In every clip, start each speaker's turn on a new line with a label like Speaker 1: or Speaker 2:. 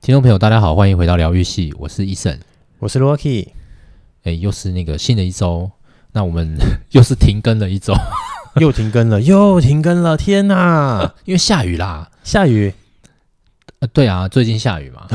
Speaker 1: 听众朋友，大家好，欢迎回到疗愈系，我是医生。
Speaker 2: 我是 Rocky。
Speaker 1: 哎，又是那个新的一周，那我们 又是停更了一周，
Speaker 2: 又停更了， 又停更了！天哪，
Speaker 1: 因为下雨啦。
Speaker 2: 下雨，
Speaker 1: 呃，对啊，最近下雨嘛。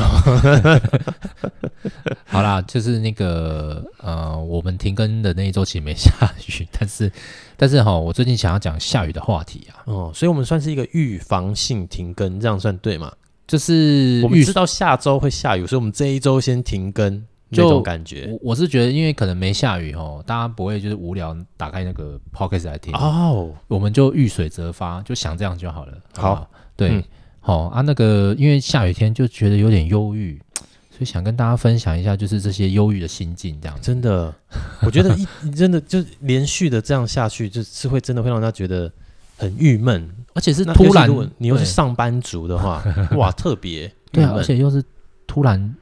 Speaker 1: 好啦，就是那个呃，我们停更的那一周其实没下雨， 但是但是哈，我最近想要讲下雨的话题啊，
Speaker 2: 哦，所以我们算是一个预防性停更，这样算对吗？
Speaker 1: 就是
Speaker 2: 我们
Speaker 1: 预
Speaker 2: 知道下周会下雨，所以我们这一周先停更，
Speaker 1: 就
Speaker 2: 那种感觉。
Speaker 1: 我我是觉得，因为可能没下雨哦，大家不会就是无聊打开那个 podcast 来听，
Speaker 2: 哦，
Speaker 1: 我们就遇水则发，就想这样就好了。
Speaker 2: 好
Speaker 1: 不对
Speaker 2: 嗯，
Speaker 1: 好、啊，那个因为下雨天就觉得有点忧郁，所以想跟大家分享一下，就是这些忧郁的心境这样子。
Speaker 2: 真的，我觉得一 真的就连续的这样下去，就是会真的会让人家觉得很郁闷。
Speaker 1: 而且是
Speaker 2: 那
Speaker 1: 突
Speaker 2: 尤其
Speaker 1: 然
Speaker 2: 如果，你又
Speaker 1: 对
Speaker 2: 是上班族的话，哇，特别
Speaker 1: 对
Speaker 2: 郁
Speaker 1: 啊，
Speaker 2: 闷
Speaker 1: 而且又是突然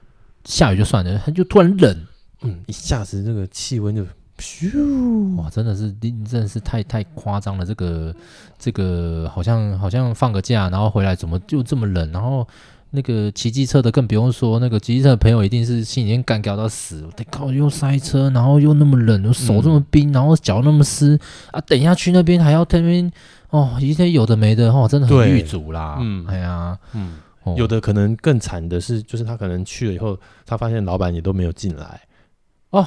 Speaker 1: 下雨就算了，它就突然冷，
Speaker 2: 嗯，一下子这个气温就咻
Speaker 1: 哇，真的是真的是太太夸张了。这个这个好像好像放个假，然后回来怎么就这么冷？然后那个骑机车的更不用说，那个骑机车的朋友一定是心里面干掉到死。我得靠，又塞车，然后又那么冷，手这
Speaker 2: 嗯
Speaker 1: 么冰，然后脚那么湿啊！等一下去那边还要那边哦，一些有的没的哦，真的很
Speaker 2: 对
Speaker 1: 郁卒啦。嗯
Speaker 2: 嗯，
Speaker 1: 哎呀，
Speaker 2: 嗯
Speaker 1: 哦，
Speaker 2: 有的可能更惨的是，就是他可能去了以后，他发现老板也都没有进来，
Speaker 1: 哦，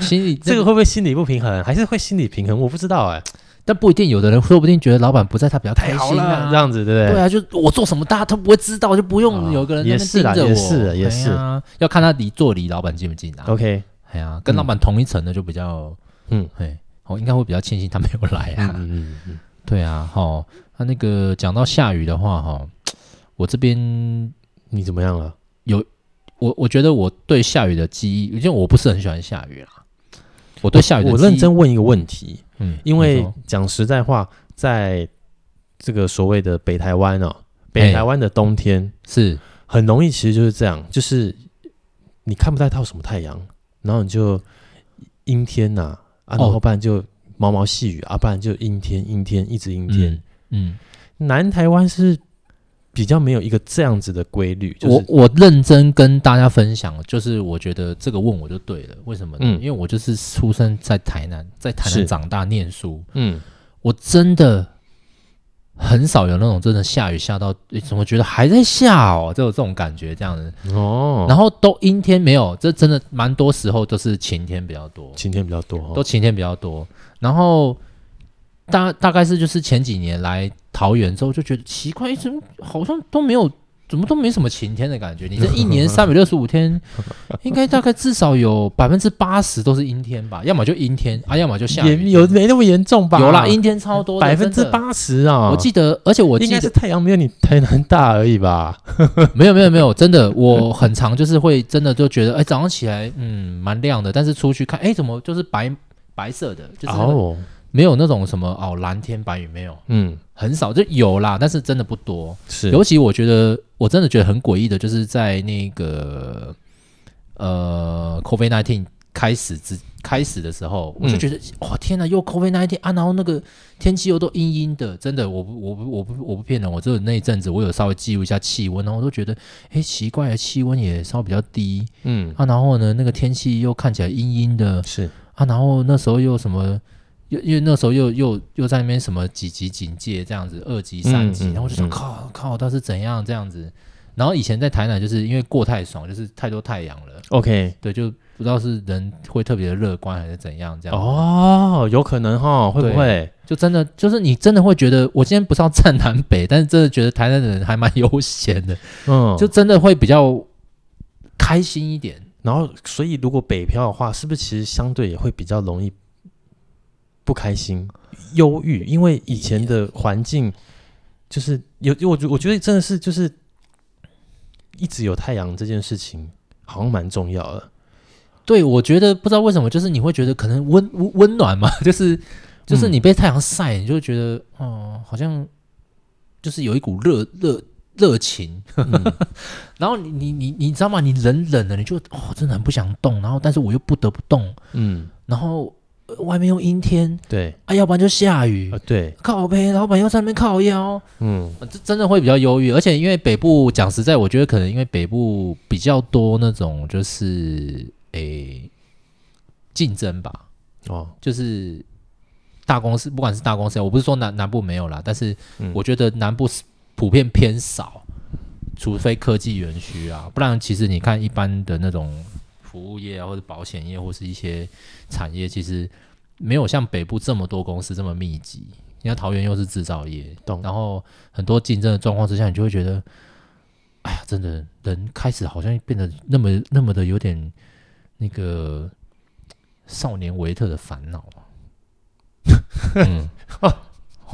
Speaker 1: 心里
Speaker 2: 这个会不会心理不平衡？还是会心理平衡？我不知道哎、
Speaker 1: 但不一定，有的人说不定觉得老板不在，他比较开
Speaker 2: 太哎好
Speaker 1: 心啊
Speaker 2: 了，这。样子对不对？
Speaker 1: 对啊，就我做什么，大家都不会知道，就不用
Speaker 2: 啊
Speaker 1: 有个人在
Speaker 2: 也
Speaker 1: 那边
Speaker 2: 是
Speaker 1: 盯
Speaker 2: 啦
Speaker 1: 着我。
Speaker 2: 也是也
Speaker 1: 哎呀要看他离坐离老板近不近啊。
Speaker 2: OK，
Speaker 1: 哎呀，跟老板同一层的就比较，
Speaker 2: 嗯
Speaker 1: 哎，我应该会比较庆幸他没有来
Speaker 2: 嗯
Speaker 1: 啊。
Speaker 2: 嗯嗯
Speaker 1: 对啊，哈，他那个讲到下雨的话，哈，我这边
Speaker 2: 嗯，你怎么样了？
Speaker 1: 我我觉得我对下雨的记忆，因为我不是很喜欢下雨啦。我对下雨的
Speaker 2: 哦我
Speaker 1: 记忆
Speaker 2: 认，真问一个问题，
Speaker 1: 嗯，
Speaker 2: 因
Speaker 1: 你
Speaker 2: 为
Speaker 1: 说
Speaker 2: 讲实在话，在这个所谓的北台湾哦，
Speaker 1: 哎
Speaker 2: 北台湾的冬天
Speaker 1: 是
Speaker 2: 很容易，其实就是这样，就是你看不太到什么太阳，然后你就阴天呐、啊，
Speaker 1: 哦
Speaker 2: 然后不然就毛毛细雨、啊，不然就阴天阴天一直阴天。
Speaker 1: 嗯，
Speaker 2: 南台湾是比较没有一个这样子的规律，就
Speaker 1: 我
Speaker 2: 是
Speaker 1: 我认真跟大家分享，就是我觉得这个问我就对了，为什么呢？
Speaker 2: 嗯
Speaker 1: 因为我就是出生在台南，在台南
Speaker 2: 是
Speaker 1: 长大念书，
Speaker 2: 嗯，
Speaker 1: 我真的很少有那种真的下雨下到诶怎么觉得还在下哦，这种这种感觉这样子。
Speaker 2: 哦，
Speaker 1: 然后都阴天没有，这真的蛮多时候都是晴天比较多，
Speaker 2: 晴天比较多、
Speaker 1: 都
Speaker 2: 哦，
Speaker 1: 晴天比较多。然后大大概是就是前几年来桃园之后，就觉得奇怪，诶怎么好像都没有，怎么都没什么晴天的感觉？你这一年三百六十五 天，应该大概至少有百分之八十都是阴天吧，要么就阴天啊，要么就下
Speaker 2: 也
Speaker 1: 雨。
Speaker 2: 有没那么严重吧？
Speaker 1: 有啦，阴天超多的，
Speaker 2: 百分之
Speaker 1: 真的。
Speaker 2: 八十啊，
Speaker 1: 我记得，而且我记
Speaker 2: 应该是
Speaker 1: 得
Speaker 2: 太阳没有你台南大而已吧？
Speaker 1: 没有没有没有，真 的，我很常就是会真的就觉得，哎、早上起来嗯蛮亮的，但是出去看，哎、怎么就是白白色的，就是那个
Speaker 2: 哦，
Speaker 1: 没有那种什么哦蓝天白云没有，
Speaker 2: 嗯，
Speaker 1: 很少就有啦，但是真的不多。
Speaker 2: 是
Speaker 1: 尤其我觉得我真的觉得很诡异的，就是在那个呃 COVID nineteen 开始之开始的时候，我就
Speaker 2: 嗯
Speaker 1: 觉得、哇天哪，又 COVID nineteen 啊，然后那个天气又都阴阴的，真的，我不我不我不我不骗人，我只有那一阵子我有稍微记录一下气温，然后我都觉得哎奇怪，气温也稍微比较低
Speaker 2: 嗯
Speaker 1: 啊，然后呢那个天气又看起来阴阴的，
Speaker 2: 是
Speaker 1: 啊，然后那时候又什么，又因为那时候又又又在那边什么几级警戒这样子，二级、三级，
Speaker 2: 嗯嗯
Speaker 1: 然后我就想、
Speaker 2: 嗯
Speaker 1: 靠靠，到底是怎样这样子？然后以前在台南就是因为过太爽，就是太多太阳了，
Speaker 2: OK。
Speaker 1: 对，就不知道是人会特别的乐观还是怎样这样。，
Speaker 2: 哦，有可能哈，会
Speaker 1: 对
Speaker 2: 不会？
Speaker 1: 就真的就是你真的会觉得，我今天不是要站南北，但是真的觉得台南的人还蛮悠闲的，
Speaker 2: 嗯，
Speaker 1: 就
Speaker 2: 就
Speaker 1: 真的会比较开心一点。
Speaker 2: 然后，所以如果北漂的话，是不是其实相对也会比较容易不开心、忧郁？因为以前的环境就是有，我觉我觉得真的是就是一直有太阳这件事情，好像蛮重要的。
Speaker 1: 对，我觉得不知道为什么，就是你会觉得可能温温温暖嘛， 就是就是你被太阳晒，你就会觉得哦、好像就是有一股热热热情。
Speaker 2: 嗯
Speaker 1: 然后你你你你知道吗？你人冷了，你就哦，真的很不想动，然后但是我又不得不动，
Speaker 2: 嗯
Speaker 1: 然后呃外面用阴天，
Speaker 2: 对，
Speaker 1: 啊，要不然就下雨
Speaker 2: 啊，对，
Speaker 1: 靠背，老板又在那边靠腰，
Speaker 2: 嗯，
Speaker 1: 这真的会比较忧郁，而且因为北部讲实在，我觉得可能因为北部比较多那种就是诶竞争吧，
Speaker 2: 哦，
Speaker 1: 就是大公司，不管是大公司，我不是说南南部没有啦，但是
Speaker 2: 嗯
Speaker 1: 我觉得南部是普遍偏少，除非科技园区啊，不然其实你看一般的那种服务业啊，或者保险业或是一些产业，其实没有像北部这么多公司这么密集。因为桃园又是制造业，
Speaker 2: 懂
Speaker 1: 然后很多竞争的状况之下，你就会觉得，哎呀，真的人开始好像变得那么那么的有点那个少年维特的烦恼 啊。嗯，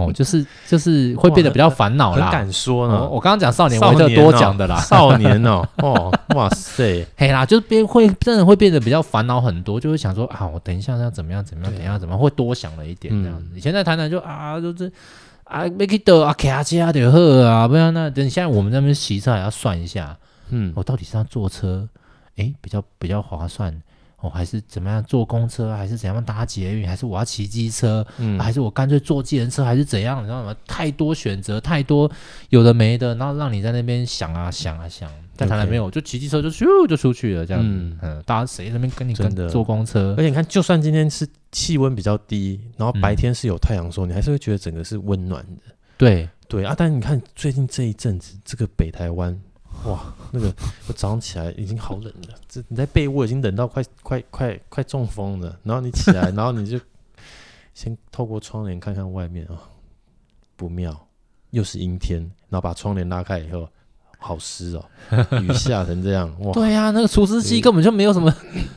Speaker 1: 哦，就是就是会变得比较烦恼
Speaker 2: 很
Speaker 1: 啦。
Speaker 2: 敢说
Speaker 1: 哦
Speaker 2: 呢。
Speaker 1: 我刚刚讲少年
Speaker 2: 嗯少
Speaker 1: 维特
Speaker 2: 年
Speaker 1: 多
Speaker 2: 哦
Speaker 1: 讲的啦，
Speaker 2: 少年哦，哦，哇塞，
Speaker 1: 嘿啦，就是变会真的会变得比较烦恼很多，就会想说啊，我等一下要怎么样怎么样
Speaker 2: 对啊
Speaker 1: 怎么样怎么样，会多想了一点
Speaker 2: 嗯
Speaker 1: 这样子。以前在台南就啊，就是啊，没去到啊，卡车就好啊，不然那等现在我们在那边骑车还要算一下，
Speaker 2: 嗯，
Speaker 1: 我、到底是要坐车，诶，比较比较划算。哦，还是怎么样坐公车，还是怎样搭捷运，还是我要骑机车，
Speaker 2: 嗯，
Speaker 1: 还是我干脆坐计程车，还是怎样？你知道吗？太多选择，太多有的没的，然后让你在那边想啊想啊想。在台南
Speaker 2: OK
Speaker 1: 没有，就骑机车就咻就出去了，这样子。
Speaker 2: 嗯
Speaker 1: 嗯大家谁在那边跟你
Speaker 2: 真的哎
Speaker 1: 跟坐公车
Speaker 2: 而？且你看，就算今天是气温比较低，然后白
Speaker 1: 嗯
Speaker 2: 天是有太阳的时候，你还是会觉得整个是温暖的。
Speaker 1: 对，
Speaker 2: 对啊，但你看最近这一阵子，这个北台湾，哇，那个我早上起来已经好冷了，这你在被窝已经冷到快快快快中风了，然后你起来，然后你就先透过窗帘看看外面啊、不妙，又是阴天，然后把窗帘拉开以后，好湿哦，雨下成这样，哇，
Speaker 1: 对呀、啊那个除湿机
Speaker 2: 对
Speaker 1: 根本就没有什么，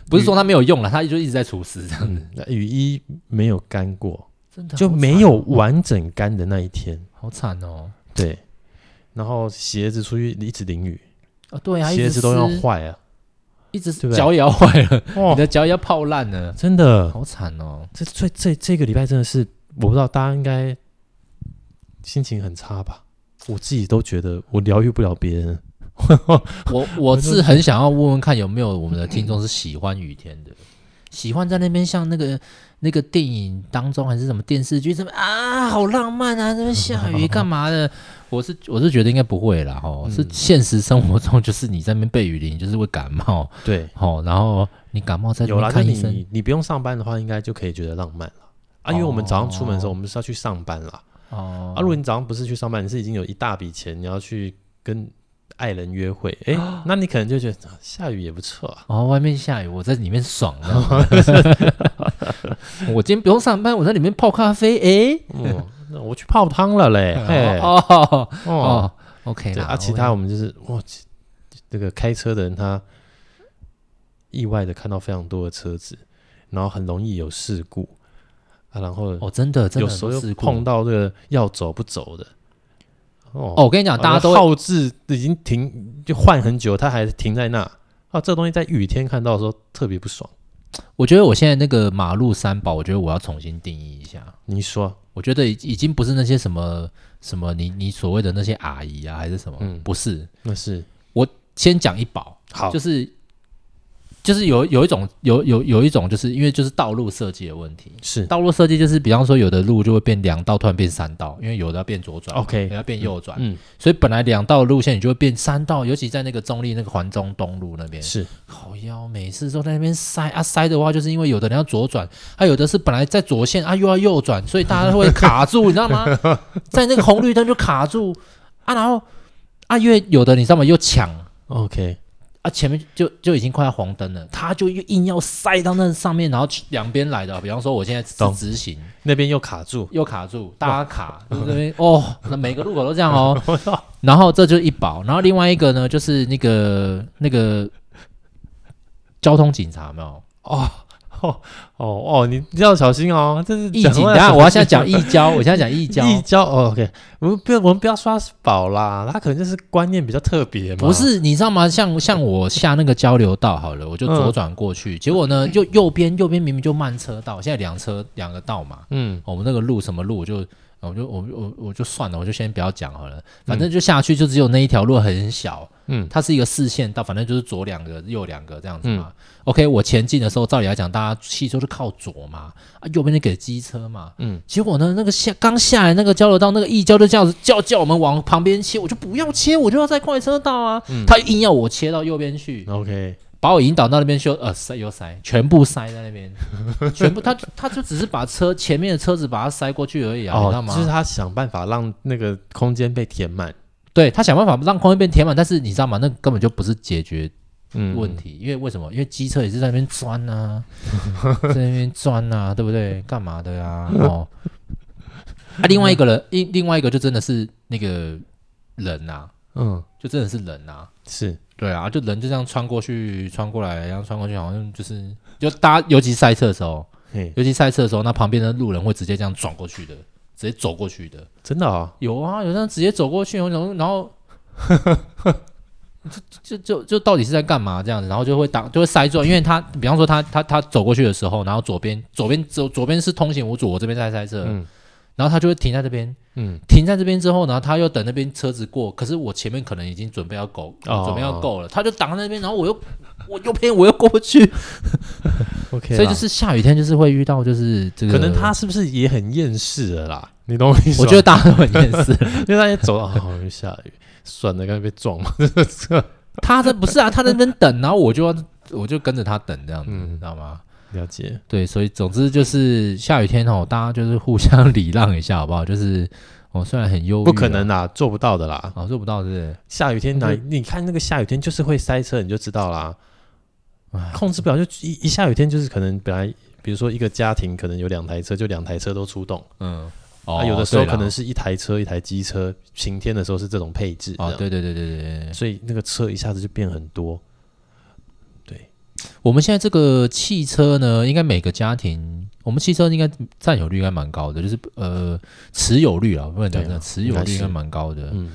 Speaker 1: 不是说它没有用了，它就一直在除湿，这样
Speaker 2: 嗯，那雨衣没有干过，
Speaker 1: 真的
Speaker 2: 就
Speaker 1: 好
Speaker 2: 没
Speaker 1: 惨
Speaker 2: 有
Speaker 1: 哦
Speaker 2: 完整干的那一天，
Speaker 1: 好惨哦。
Speaker 2: 对，然后鞋子出去一直淋雨，
Speaker 1: 啊，对啊，一
Speaker 2: 鞋
Speaker 1: 直
Speaker 2: 子都要
Speaker 1: 湿，
Speaker 2: 坏啊。
Speaker 1: 一直
Speaker 2: 对不对
Speaker 1: 脚也要坏了，
Speaker 2: 哦
Speaker 1: 你，的脚也要泡烂了，
Speaker 2: 真的，
Speaker 1: 好惨哦。
Speaker 2: 这这这这个礼拜真的是，我不知道大家应该心情很差吧？我自己都觉得我疗愈不了别人。
Speaker 1: 我我是很想要问问看有没有我们的听众是喜欢雨天的，喜欢在那边像那个那个电影当中还是什么电视剧什么啊，好浪漫啊，这边下 雨干嘛的？我是我是觉得应该不会啦，哦，
Speaker 2: 嗯
Speaker 1: 是现实生活中就是你在那边被雨淋，就是会感冒，
Speaker 2: 对，
Speaker 1: 哦，然后你感冒在那
Speaker 2: 有啦，
Speaker 1: 边看
Speaker 2: 那
Speaker 1: 医生，
Speaker 2: 你你不用上班的话，应该就可以觉得浪漫了。啊，因为我们早上出门的时候，
Speaker 1: 哦
Speaker 2: 我们是要去上班啦。
Speaker 1: 哦
Speaker 2: 啊，，如果你早上不是去上班，你是已经有一大笔钱，你要去跟爱人约会，诶，那你可能就觉得啊下雨也不错啊。
Speaker 1: 哦，外面下雨，我在里面爽了。 我今天不用上班，我在里面泡咖啡，诶，
Speaker 2: 嗯， 那我去泡汤了嘞。嘿，
Speaker 1: 哦哦
Speaker 2: 哦，
Speaker 1: 哦，OK
Speaker 2: 对
Speaker 1: 啦，
Speaker 2: 啊，其
Speaker 1: 我
Speaker 2: 他我们就是哇，其这个开车的人他意外的看到非常多的车子，然后很容易有事故啊，然后
Speaker 1: 哦，真的，真
Speaker 2: 有
Speaker 1: 的
Speaker 2: 时
Speaker 1: 很
Speaker 2: 候
Speaker 1: 多事
Speaker 2: 又
Speaker 1: 故
Speaker 2: 碰到这个要走不走的。
Speaker 1: 哦，
Speaker 2: 哦
Speaker 1: 我跟你讲，
Speaker 2: 啊
Speaker 1: 大家都
Speaker 2: 后置已经停就换很久，他还停在那啊，这个东西在雨天看到的时候特别不爽。
Speaker 1: 我觉得我现在那个马路三宝，我觉得我要重新定义一下。
Speaker 2: 你说，
Speaker 1: 我觉得已已经不是那些什么什么你你所谓的那些阿姨啊，还是什么，
Speaker 2: 嗯
Speaker 1: 不是。
Speaker 2: 那是
Speaker 1: 先讲一宝，
Speaker 2: 好，
Speaker 1: 就是就是有有一种有有有一种，就是因为就是道路设计的问题。
Speaker 2: 是
Speaker 1: 道路设计就是，比方说有的路就会变两道，突然变三道，因为有的要变左转
Speaker 2: OK
Speaker 1: 有的要变右转，
Speaker 2: 嗯，
Speaker 1: 所以本来两道路线你就会变三道，尤其在那个中立那个环中东路那边，
Speaker 2: 嗯是
Speaker 1: 好腰，每次都在那边塞啊塞的话，就是因为有的人要左转，啊有的是本来在左线啊又要右转，所以大家会卡住，你知道吗？在那个红绿灯就卡住啊，然后啊因为有的你知道吗又抢
Speaker 2: OK，
Speaker 1: 啊前面就就已经快要黄灯了，他就又硬要塞到那上面，然后两边来的，比方说我现在
Speaker 2: 懂
Speaker 1: 是直行
Speaker 2: 那边又卡住，
Speaker 1: 又卡 住，大家卡就是这边哦，那每个路口都这样哦，然后这就是一保，然后另外一个呢就是那个那个交通警察有没有？
Speaker 2: 哦哦哦哦，你要小心哦，这是
Speaker 1: 易
Speaker 2: 讲
Speaker 1: 警，
Speaker 2: 话
Speaker 1: 等 下我要现在讲易交，我现在讲易交，
Speaker 2: 一交哦，OK，我们不要我们不要刷宝啦，他可能就是观念比较特别嘛。
Speaker 1: 不是你知道吗？像像我下那个交流道好了，我就左转过
Speaker 2: 嗯
Speaker 1: 去，结果呢，就右边右边明明就慢车道，现在两车两个道嘛，哦
Speaker 2: 嗯，
Speaker 1: 我们那个路什么路我就。我就我我我就算了，我就先不要讲好了，反正就下去就只有那一条路很小，
Speaker 2: 嗯
Speaker 1: 它是一个视线到，反正就是左两个，右两个这样子
Speaker 2: 嗯
Speaker 1: 嘛。OK，我前进的时候，照理来讲，大家汽车是靠左嘛，啊，右边就给机车嘛。
Speaker 2: 嗯，
Speaker 1: 结果呢，那个下刚下来那个交流道，那个一交就这样子叫叫我们往旁边切，我就不要切，我就要在快车道啊。
Speaker 2: 嗯
Speaker 1: 他硬要我切到右边去，
Speaker 2: OK，
Speaker 1: 把我引导到那边修，呃，塞又塞，全部塞在 那边，全部他他就只是把车前面的车子把它塞过去而已啊，你知道
Speaker 2: 哦，
Speaker 1: 吗？
Speaker 2: 就是他想办法让那个空间被填满，
Speaker 1: 对他想办法让空间变填满，但是你知道吗？那根本就不是解决
Speaker 2: 嗯，
Speaker 1: 问题，因为为什么？因为机车也是在那边钻呐、在那边钻呐、对不对？干嘛的呀、哦，啊，另外一个人，另另外一个就真的是那个人呐、
Speaker 2: 嗯，
Speaker 1: 就真的是人呐、
Speaker 2: 是，
Speaker 1: 对啊，就人就这样穿过去，穿过来，然后穿过去，好像就是就大家，尤其赛车的时候，
Speaker 2: 嘿，
Speaker 1: 尤其赛车的时候，那旁边的路人会直接这样转过去的，直接走过去的。
Speaker 2: 真的哦，
Speaker 1: 有啊，有人直接走过去，然后然后 就就就就到底是在干嘛这样子，然后就会挡就会塞住，因为他比方说他他他走过去的时候，然后左边左边左左边是通行无阻，我这边在塞车，
Speaker 2: 嗯
Speaker 1: 然后他就会停在这边，
Speaker 2: 嗯，
Speaker 1: 停在这边之后，然后他又等那边车子过，可是我前面可能已经准备要够，
Speaker 2: 哦
Speaker 1: 准备要够了，他就挡在那边，然后我又我右边我又过不去，
Speaker 2: ，OK，
Speaker 1: 所以就
Speaker 2: 啦
Speaker 1: 是下雨天就是会遇到就是这个，
Speaker 2: 啊可能他是不是也很厌世了啦？你懂我意思吗？
Speaker 1: 我觉得大家都很厌世，
Speaker 2: 因为他也走到，哦，又下雨，算了，刚 才被撞嘛，
Speaker 1: 他这不是啊，他在那边等，然后我就要 我就跟着他等这样子，
Speaker 2: 嗯
Speaker 1: 你知道吗？
Speaker 2: 了解，
Speaker 1: 对，所以总之就是下雨天哦，大家就是互相礼让一下，好不 好？就是哦，虽然很忧郁啊，
Speaker 2: 不可能啦，做不到的啦。
Speaker 1: 哦，做不到，是不是？
Speaker 2: 下雨天哪？
Speaker 1: 我
Speaker 2: 你看那个下雨天就是会塞车，你就知道啦。控制不了，就一一下雨天就是可能本来，比如说一个家庭可能有两台车，就两台车都出动。
Speaker 1: 嗯，
Speaker 2: 那
Speaker 1: 哦，
Speaker 2: 啊有的时候
Speaker 1: 对啦
Speaker 2: 可能是一台车一台机车，晴天的时候是这种配置。
Speaker 1: 哦，
Speaker 2: 这样，
Speaker 1: 对对对对对对，
Speaker 2: 所以那个车一下子就变很多。
Speaker 1: 我们现在这个汽车呢，应该每个家庭，我们汽车应该占有率应该蛮高的，就是呃持有率啊，不能讲
Speaker 2: 对啊
Speaker 1: 这持有
Speaker 2: 应该
Speaker 1: 率
Speaker 2: 是
Speaker 1: 应该蛮高的，
Speaker 2: 嗯，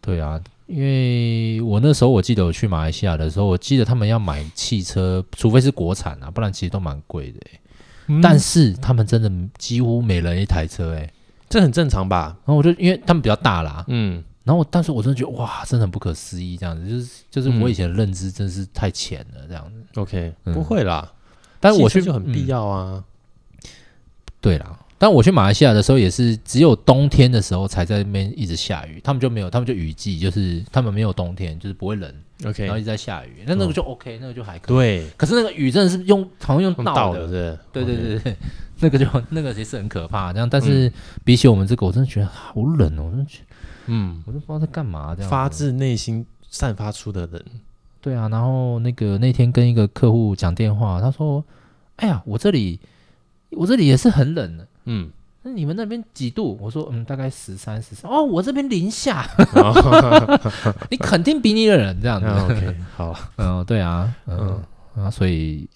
Speaker 1: 对啊，因为我那时候我记得我去马来西亚的时候，我记得他们要买汽车，除非是国产啊，不然其实都蛮贵的欸、
Speaker 2: 嗯
Speaker 1: 但是他们真的几乎每人一台车哎、
Speaker 2: 这很正常吧？
Speaker 1: 然后我就因为他们比较大啦，
Speaker 2: 嗯，
Speaker 1: 然后我但是我真的觉得哇，真的很不可思议，这样子就是就是我以前的认知真是太浅了这样子。
Speaker 2: OK，
Speaker 1: 嗯
Speaker 2: 不会啦。
Speaker 1: 但是我
Speaker 2: 汽
Speaker 1: 去
Speaker 2: 车就很必、
Speaker 1: 嗯
Speaker 2: 要啊。
Speaker 1: 对啦，但我去马来西亚的时候也是只有冬天的时候才在那边一直下雨，他们就没有，他们就雨季，就是他们没有冬天，就是不会冷，然后一
Speaker 2: OK，
Speaker 1: 直在下雨，那那个就 OK，、那个就还可以。
Speaker 2: 对，
Speaker 1: 可是那个雨真的是用好像用
Speaker 2: 用
Speaker 1: 倒
Speaker 2: 倒
Speaker 1: 的
Speaker 2: 的，是不
Speaker 1: 对
Speaker 2: 是
Speaker 1: 对对
Speaker 2: OK
Speaker 1: 对，那个就那个也是很可怕。这样，但是比起我们这个，我真的觉得好冷哦，我真的觉得
Speaker 2: 嗯，
Speaker 1: 我都不知道在干嘛这样。
Speaker 2: 发自内心散发出的人，
Speaker 1: 对啊，然后那个那天跟一个客户讲电话，他说：“哎呀，我这里我这里也是很冷的。”
Speaker 2: 嗯，
Speaker 1: 那你们那边几度？我说，嗯，大概十三、十三。哦，我这边零下，你肯定比你冷这样子。
Speaker 2: 那 OK，好，
Speaker 1: 嗯，对啊，嗯啊，所以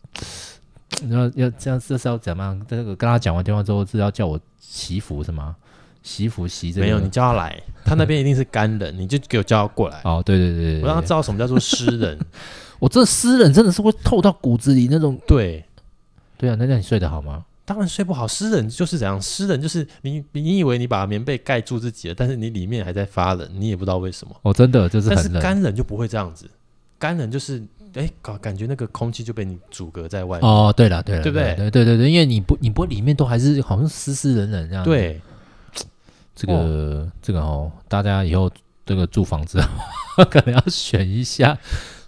Speaker 1: 你要要这样，这是要怎么样？这个跟他讲完电话之后，是要叫我祈福是吗？祈福祈这个
Speaker 2: 没有你叫他 来，他那边一定是干人，你就给我叫他过来，
Speaker 1: 哦，对对对对
Speaker 2: 我让他
Speaker 1: 对
Speaker 2: 知道什么叫做诗 人。
Speaker 1: 我这湿冷真的是会透到骨子里那种。
Speaker 2: 对，
Speaker 1: 对啊，那那你睡得好吗？
Speaker 2: 当然睡不好，诗人就是怎样，诗人就是你，你以为你把棉被盖住自己了，但是你里面还在发冷，你也不知道为什么。
Speaker 1: 哦，真的就是
Speaker 2: 但是
Speaker 1: 很冷
Speaker 2: 干人就不会这样子，干人就是哎，感感觉那个空气就被你阻隔在外面。
Speaker 1: 哦。对了对了，
Speaker 2: 对不对
Speaker 1: 对对对对，因为你不你不会里面都还是好像湿湿冷冷这样。，
Speaker 2: 对，
Speaker 1: 这个这个哦，大家以后这个住房子 可能要选一下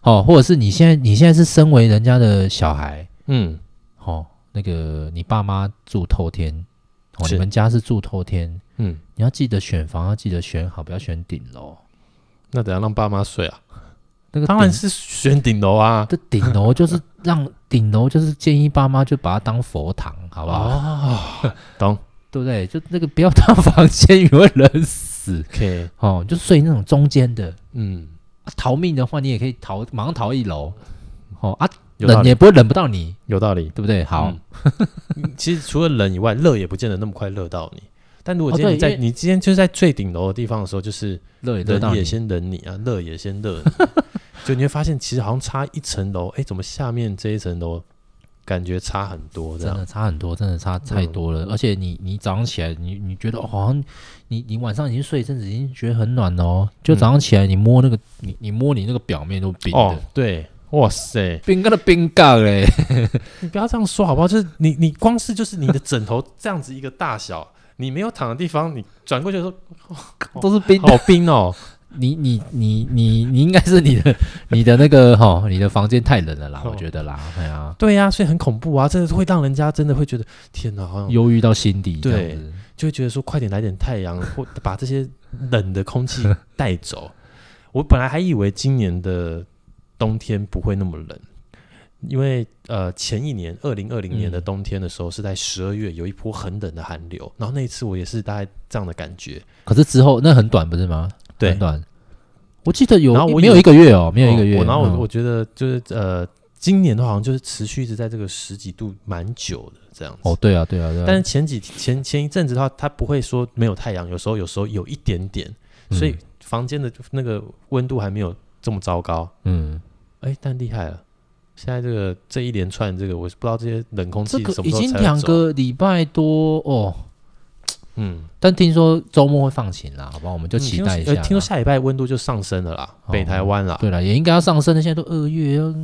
Speaker 1: 哦，或者是你现在你现在是身为人家的小孩。
Speaker 2: 嗯，
Speaker 1: 哦，那个你爸妈住透天，哦，
Speaker 2: 是
Speaker 1: 你们家是住透天，
Speaker 2: 嗯，
Speaker 1: 你要记得选房，要记得选好，不要选顶楼。
Speaker 2: 那怎样让爸妈睡
Speaker 1: 嗯
Speaker 2: 啊？
Speaker 1: 那个
Speaker 2: 当然
Speaker 1: 顶
Speaker 2: 是选顶楼啊，
Speaker 1: 这顶楼就是让顶楼就是建议爸妈就把它当佛堂，好
Speaker 2: 好
Speaker 1: 不好？
Speaker 2: 哦懂
Speaker 1: 对不对？就那个不要当 房间，你会冷死
Speaker 2: ？OK，
Speaker 1: 哦。你就睡那种中间的，
Speaker 2: 嗯，
Speaker 1: 啊逃命的话你也可以逃，马上逃一楼。哦啊，
Speaker 2: 有道
Speaker 1: 冷也
Speaker 2: 理，
Speaker 1: 不会冷不到你，
Speaker 2: 有道理。
Speaker 1: 对不对？好，
Speaker 2: 嗯其实除了冷以外，热也不见得那么快热到你。但如果
Speaker 1: 哦
Speaker 2: 今天你
Speaker 1: 对
Speaker 2: 在、
Speaker 1: 因为
Speaker 2: 你今天就是在最顶楼的地方的时候，就是
Speaker 1: 热也热
Speaker 2: 冷
Speaker 1: 到
Speaker 2: 也
Speaker 1: 你。
Speaker 2: 先冷你啊，热啊 也先热你，就你会发现其实好像差一层楼，哎，怎么下面这一层楼感觉差很多这
Speaker 1: 真
Speaker 2: 样。嗯
Speaker 1: 的差很多，真的差太多了。而且你你早上起来，你你觉得哦好像你你晚上已经睡一阵子，已经觉得很暖了哦。就早上起来，你摸那个你你摸你那个表面都冰的，
Speaker 2: 哦，对，哇塞，
Speaker 1: 冰干的冰欸干嘞。
Speaker 2: 你不要这样说好不好？就是你你光是就是你的枕头这样子一个大小，你没有躺的地方，你转过去说
Speaker 1: 都是冰的。
Speaker 2: 好冰哦，
Speaker 1: 你你你你你应该是你的你的那个哈，你的房间太冷了啦，
Speaker 2: 哦
Speaker 1: 我觉得啦，哎呀，
Speaker 2: 对呀、所以很恐怖啊，真的是会让人家真的会觉得天哪，好像
Speaker 1: 忧郁到心底这
Speaker 2: 对
Speaker 1: 样子。
Speaker 2: 就会觉得说快点来点太阳，或把这些冷的空气带走。 我本来还以为今年的冬天不会那么冷，因为呃前一年二零二零年的
Speaker 1: 嗯
Speaker 2: 冬天的时候是在十二月有一波很冷的寒流，然后那一次我也是大概这样的感觉，
Speaker 1: 可是之后那很短不是吗？
Speaker 2: 对
Speaker 1: 很，短。我记得有
Speaker 2: 然后我
Speaker 1: 没有
Speaker 2: 有
Speaker 1: 一个月哦，没有一个
Speaker 2: 哦
Speaker 1: 月。
Speaker 2: 我然后我我
Speaker 1: 嗯
Speaker 2: 觉得就是呃今年的话好像就是持续一直在这个十几度蛮久的这样子。
Speaker 1: 哦对啊对啊对啊，
Speaker 2: 但是前几前前一阵子的话，它不会说没有太阳，有时候有时候有一点点，
Speaker 1: 嗯
Speaker 2: 所以房间的那个温度还没有这么糟糕。
Speaker 1: 嗯，
Speaker 2: 哎，但厉害了，现在这个这一连串这个，我是不知道这些冷空
Speaker 1: 这
Speaker 2: 气
Speaker 1: 个
Speaker 2: 什么
Speaker 1: 已
Speaker 2: 时候
Speaker 1: 经
Speaker 2: 才会
Speaker 1: 两
Speaker 2: 走，
Speaker 1: 个礼拜多哦，
Speaker 2: 嗯，
Speaker 1: 但听说周末会放晴啦，好吧，我们就期待一下
Speaker 2: 嗯听说
Speaker 1: 啦。
Speaker 2: 呃听说下礼拜温度就上升了啦，
Speaker 1: 哦
Speaker 2: 北台湾啦，
Speaker 1: 对了，也应该要上升的，现在都二月二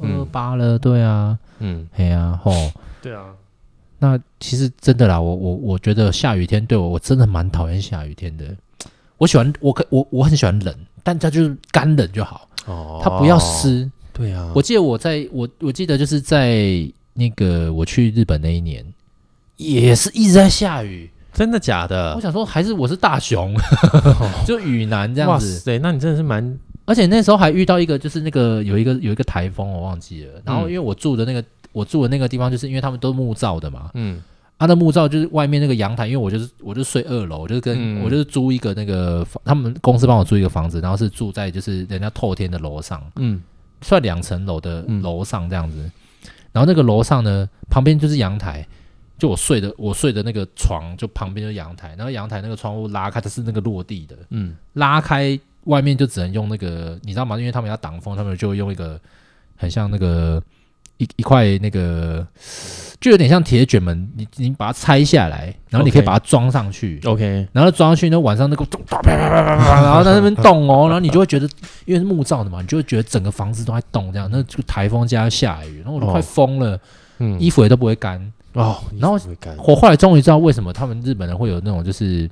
Speaker 2: 嗯
Speaker 1: 八了，对啊，
Speaker 2: 嗯，
Speaker 1: 哎呀吼。
Speaker 2: 对啊，
Speaker 1: 那其实真的啦，我我我觉得下雨天对我我真的蛮讨厌下雨天的。我喜欢我可我我很喜欢冷，但它就是干冷就好，
Speaker 2: 哦，
Speaker 1: 它不要，湿。
Speaker 2: 对啊，
Speaker 1: 我记得我在我我记得就是在那个我去日本那一年，也是一直在下雨。
Speaker 2: 真的假的
Speaker 1: 我？想说还是我是大熊， 就雨男这样
Speaker 2: 哇
Speaker 1: 子。
Speaker 2: 塞，那你真的是蛮
Speaker 1: 而且那时候还遇到一个就是那个有一个有一个台风我忘记了，
Speaker 2: 嗯
Speaker 1: 然后因为我住的那个、我住的那个地方就是因为他们都木造的嘛，
Speaker 2: 嗯
Speaker 1: 他的木造就是外面那个阳台，因为我就是我就睡二楼，我就是跟、
Speaker 2: 嗯
Speaker 1: 我就是租一个那个房他们公司帮我租一个房子，然后是住在就是人家透天的楼上，
Speaker 2: 嗯
Speaker 1: 算两层楼的
Speaker 2: 嗯
Speaker 1: 楼上这样子。然后那个楼上呢，旁边就是阳台，就我睡的我睡的那个床就旁边就是阳台，然后阳台那个窗户拉开，它是那个落地的，
Speaker 2: 嗯，
Speaker 1: 拉开外面就只能用那个你知道吗？因为他们要挡风，他们就会用一个很像那个一一块那个，就有点像铁卷门，你你把它拆下来，然后你可以
Speaker 2: OK 哦
Speaker 1: 把它装上去。
Speaker 2: OK，
Speaker 1: 然后装上去，那晚上那个咚啪啪啪啪啪啪，然后在那边动哦，然后你就会觉得，因为是木造的嘛，你就会觉得整个房子都在动，这样，那就台风加下雨，然后我都快
Speaker 2: 哦
Speaker 1: 疯了，
Speaker 2: 嗯，
Speaker 1: 衣服也都不会干，
Speaker 2: 哦，
Speaker 1: 然后
Speaker 2: 衣服会干
Speaker 1: 我后来终于知道为什么他们日本人会有那种就是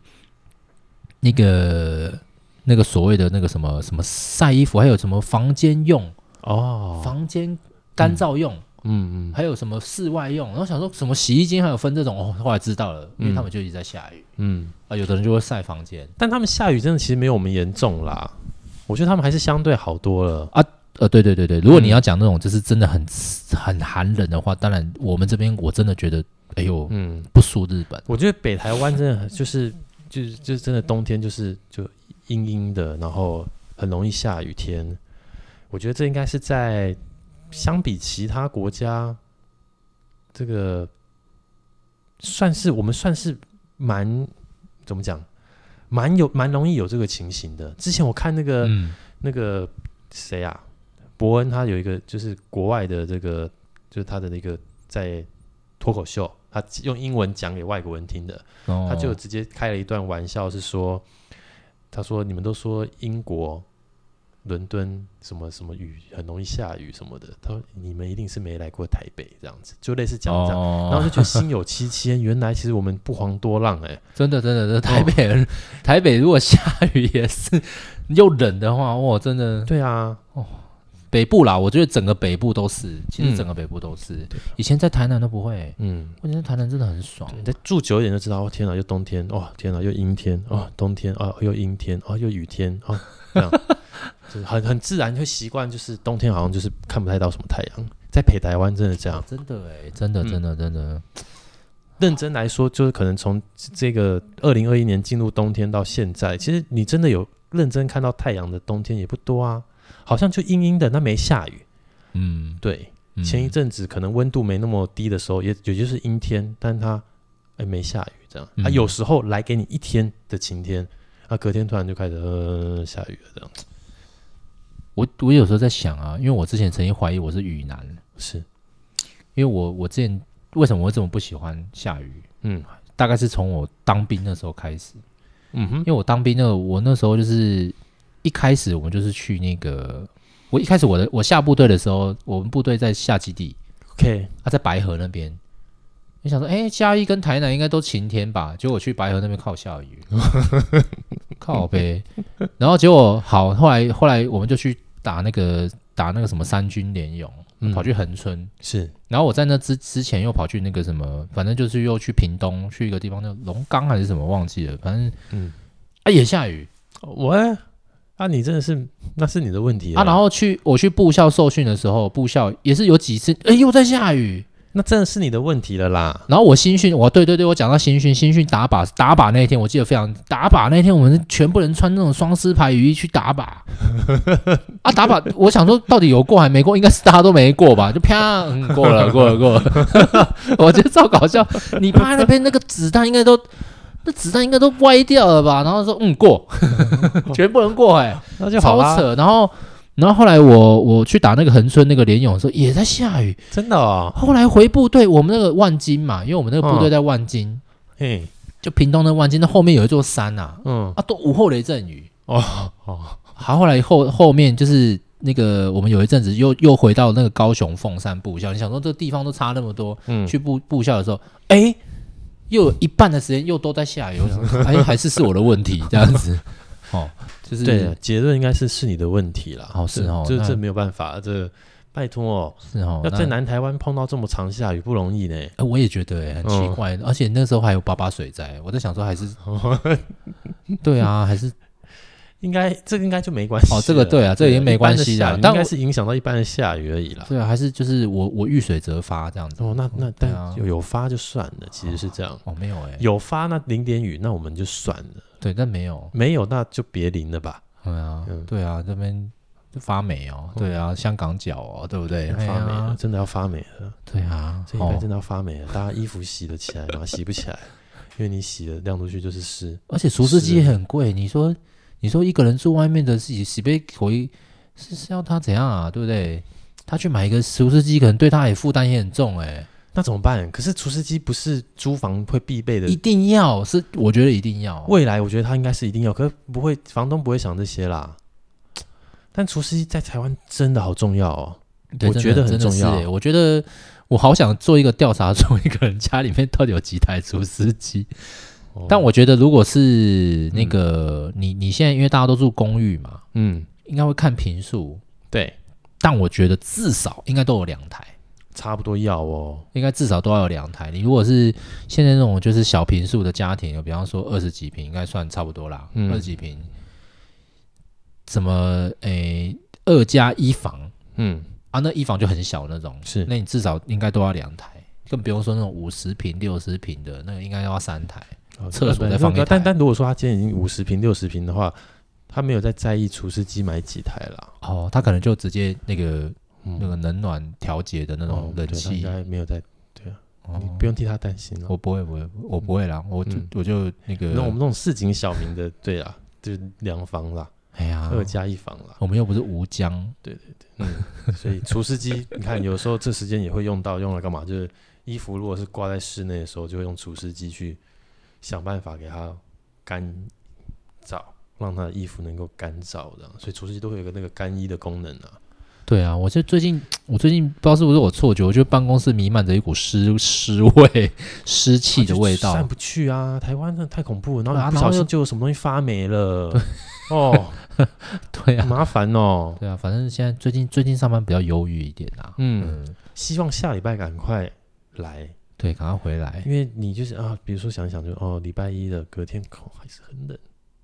Speaker 1: 那个那个所谓的那个什么什么晒衣服，还有什么房间用、
Speaker 2: 哦，
Speaker 1: 房间干燥用，
Speaker 2: 嗯嗯
Speaker 1: 还有什么室外用。然后想说什么洗衣精还有分这种，哦，后来知道了，因为
Speaker 2: 嗯
Speaker 1: 他们就一直在下雨、
Speaker 2: 嗯。
Speaker 1: 啊，有的人就会晒房间。
Speaker 2: 但他们下雨真的其实没有我们严重啦，我觉得他们还是相对好多了。
Speaker 1: 呃，对对对对，如果你
Speaker 2: 嗯
Speaker 1: 要讲那种就是真的很很寒冷的话，当然我们这边我真的觉得，哎呦，
Speaker 2: 嗯，
Speaker 1: 不输日本。
Speaker 2: 我觉得北台湾真的很就是就是就是真的冬天就是就阴阴的，然后很容易下雨天。我觉得这应该是在相比其他国家，这个算是我们算是蛮怎么讲，蛮有蛮容易有这个情形的。之前我看那个、
Speaker 1: 嗯，
Speaker 2: 那个谁啊，伯恩他有一个就是国外的这个，就是他的那个在脱口秀，他用英文讲给外国人听的，
Speaker 1: 哦
Speaker 2: 他就直接开了一段玩笑，是说，他说你们都说英国伦敦什么什么雨很容易下雨什么的，他说你们一定是没来过台北这样子，就类似讲这样。
Speaker 1: 哦
Speaker 2: 然后我就觉得心有戚戚焉，原来其实我们不遑多让哎、
Speaker 1: 真的，真的，真的，台北人，台北如果下雨也是又冷的话，哇，真的
Speaker 2: 对啊，
Speaker 1: 北部啦，我觉得整个北部都是，其实
Speaker 2: 嗯
Speaker 1: 整个北部都是。以前在台南都不会，
Speaker 2: 嗯，
Speaker 1: 我觉得台南真的很爽。
Speaker 2: 你再住久一点就知道，哦天哪，又冬天，哦天哪，又阴天，哦冬天，哦又阴天，哦又雨天，哦这样， 就是很很自然就会习惯，就是冬天好像就是看不太到什么太阳，在北台湾真的这样。
Speaker 1: 真的哎、真的，
Speaker 2: 嗯
Speaker 1: 真的，真的，
Speaker 2: 认真来说，就是可能从这个二零二一年进入冬天到现在，其实你真的有认真看到太阳的冬天也不多啊，好像就阴阴的，那没下雨。
Speaker 1: 嗯，
Speaker 2: 对，
Speaker 1: 嗯
Speaker 2: 前一阵子可能温度没那么低的时候，也也就是阴天，但它哎没下雨这样。它、
Speaker 1: 嗯
Speaker 2: 有时候来给你一天的晴天，啊，隔天突然就开始呃下雨了这样。
Speaker 1: 我我有时候在想啊，因为我之前曾经怀疑我是雨男，
Speaker 2: 是，
Speaker 1: 因为我我之前为什么我会这么不喜欢下雨，
Speaker 2: 嗯
Speaker 1: 大概是从我当兵那时候开始，
Speaker 2: 嗯哼
Speaker 1: 因，为我当兵那个我那时候就是一开始我们就是去那个，我一开始我的我下部队的时候，我们部队在下基地，
Speaker 2: OK，
Speaker 1: 啊在白河那边。你想说，哎、嘉义跟台南应该都晴天吧？结果我去白河那边靠下雨， 靠呗。然后结果好，后来后来我们就去打那个打那个什么三军联勇，
Speaker 2: 嗯
Speaker 1: 跑去恒春，
Speaker 2: 是
Speaker 1: 然后我在那之之前又跑去那个什么，反正就是又去屏东，去一个地方叫龙岗还是什么忘记了，反正
Speaker 2: 嗯
Speaker 1: 啊也下雨
Speaker 2: 我啊，你真的是那是你的问题
Speaker 1: 啊。然后去我去部校受训的时候，部校也是有几次，哎又在下雨。
Speaker 2: 那真的是你的问题了啦。
Speaker 1: 然后我新训，我对对对，我讲到新训，新训打靶打靶那一天，我记得非常打靶那一天，我们全部人穿那种双丝牌雨衣去打靶啊打靶。我想说到底有过还没过，应该是大家都没过吧，就啪、嗯、过了过了过了。 我觉得超搞笑，你趴那边那个子弹应该都。那子弹应该都歪掉了吧？然后说嗯过， 全部人过哎、
Speaker 2: 那就好
Speaker 1: 超
Speaker 2: 啦，
Speaker 1: 扯。然后，然后后来我我去打那个恒春那个联勇的时候也在下雨，
Speaker 2: 真的哦，
Speaker 1: 后来回部队，我们那个万金嘛，因为我们那个部
Speaker 2: 嗯
Speaker 1: 队在万金，
Speaker 2: 嘿，
Speaker 1: 就屏东的万金，那后面有一座山呐、啊，
Speaker 2: 嗯，
Speaker 1: 啊，都午后雷阵雨。
Speaker 2: 哦哦，
Speaker 1: 好，后来后后面就是那个我们有一阵子又又回到那个高雄凤山部校，你想说这地方都差那么多，
Speaker 2: 嗯，
Speaker 1: 去部部校的时候，哎、又有一半的时间又都在下雨，我想说，哎，还是是我的问题这样子， 哦，就是
Speaker 2: 对，结论应该是是你的问题啦。
Speaker 1: 哦是哦
Speaker 2: 这这
Speaker 1: 那
Speaker 2: 这没有办法，这拜托哦，
Speaker 1: 是哦，
Speaker 2: 要
Speaker 1: 那
Speaker 2: 在南台湾碰到这么长下雨不容易呢。
Speaker 1: 呃我也觉得、欸、很奇怪，而且那时候还有八八水灾，我在想说还是， 对啊，还是
Speaker 2: 应该这个应该就没关系了。
Speaker 1: 哦这个对啊这个已经没关系啦
Speaker 2: 一般的下雨
Speaker 1: 但
Speaker 2: 应
Speaker 1: 我
Speaker 2: 该是影响到一般的下雨而已啦。
Speaker 1: 对啊，还是就是我我遇水则发这样子。
Speaker 2: 哦，那那
Speaker 1: 对啊
Speaker 2: 但有有发就算了，其实是这样。
Speaker 1: 哦，没有哎、
Speaker 2: 有发那淋点雨，那我们就算了；
Speaker 1: 对，但没有。
Speaker 2: 没有那就别淋了吧。
Speaker 1: 对啊，
Speaker 2: 嗯
Speaker 1: 对啊，这边就发霉哦，对啊，香港脚哦，对不对？
Speaker 2: 要
Speaker 1: 哎
Speaker 2: 发霉了，
Speaker 1: 呀，
Speaker 2: 真的要发霉了，
Speaker 1: 对啊，
Speaker 2: 这一拜
Speaker 1: 哦
Speaker 2: 真，的要发霉了。大家衣服洗得起来吗？洗不起来，因为你洗了晾出去就是湿。
Speaker 1: 而且除湿机也很贵，你说你说一个人住外面的自己洗杯回是是要他怎样啊？对不对？他去买一个除湿机，可能对他也负担也很重哎、
Speaker 2: 那怎么办？可是除湿机不是租房会必备的
Speaker 1: 一，定要是我觉得一定要，
Speaker 2: 未来我觉得它应该是一定要，可是不会，房东不会想这些啦。但除湿机在台湾真的好重要哦。
Speaker 1: 对
Speaker 2: 我
Speaker 1: 真的
Speaker 2: 觉得很
Speaker 1: 真的
Speaker 2: 重
Speaker 1: 是
Speaker 2: 要
Speaker 1: 欸我觉得我好想做一个调查，说 一个人家里面到底有几台除湿机。
Speaker 2: 哦
Speaker 1: 但我觉得，如果是那个、你你现在因为大家都住公寓嘛，
Speaker 2: 嗯，
Speaker 1: 应该会看平数。
Speaker 2: 对，
Speaker 1: 但我觉得至少应该都有两台，
Speaker 2: 差不多要哦。
Speaker 1: 应该至少都要有两台。你如果是现在那种就是小平数的家庭，比方说二十几平，应该算差不多啦。
Speaker 2: 嗯
Speaker 1: 二十几平，怎么诶、二加一房
Speaker 2: 嗯，
Speaker 1: 啊？那一房就很小那种，
Speaker 2: 是
Speaker 1: 那你至少应该都要两台，更不用说那种五十平、六十平的，那个应该要三台。
Speaker 2: 哦
Speaker 1: 厕所再放一台
Speaker 2: 但但如果说他今天已经五十平、六十平的话，他没有在在意除湿机买几台啦。
Speaker 1: 哦，他可能就直接那个
Speaker 2: 嗯
Speaker 1: 那个冷暖调节的那
Speaker 2: 哦
Speaker 1: 种冷
Speaker 2: 对他应
Speaker 1: 气。
Speaker 2: 该没有在，对啊，
Speaker 1: 哦
Speaker 2: 你不用替他担心了。
Speaker 1: 我不会，不会，我不会啦，我就
Speaker 2: 嗯
Speaker 1: 我就那个，
Speaker 2: 那我们那种市井小民的，对啊，就是两房啦，
Speaker 1: 哎呀，
Speaker 2: 二加一房啦。
Speaker 1: 我们又不是吴江，
Speaker 2: 所以除湿机， 你看有时候这时间也会用到，用来干嘛？就是衣服如果是挂在室内的时候，就会用除湿机去想办法给它干燥，让它的衣服能够干燥这样。所以除湿机都会有一个那个干衣的功能啊。
Speaker 1: 对啊，我就最近我最近不知道是不是我错觉，我觉得办公室弥漫着一股湿湿味、湿气的味道
Speaker 2: 哦散，不去啊！台湾真的太恐怖了，然
Speaker 1: 对啊
Speaker 2: 后一不
Speaker 1: 然后
Speaker 2: 小
Speaker 1: 又
Speaker 2: 心就有什么东西发霉 了，哦，
Speaker 1: 对啊，
Speaker 2: 麻烦哦。
Speaker 1: 对啊，反正现在最近最近上班比较忧郁一点啊，
Speaker 2: 嗯，
Speaker 1: 嗯，
Speaker 2: 希望下礼拜赶快来，
Speaker 1: 对，赶快回来，
Speaker 2: 因为你就是啊，比如说想一想就哦，礼拜一的隔天哦还是很冷，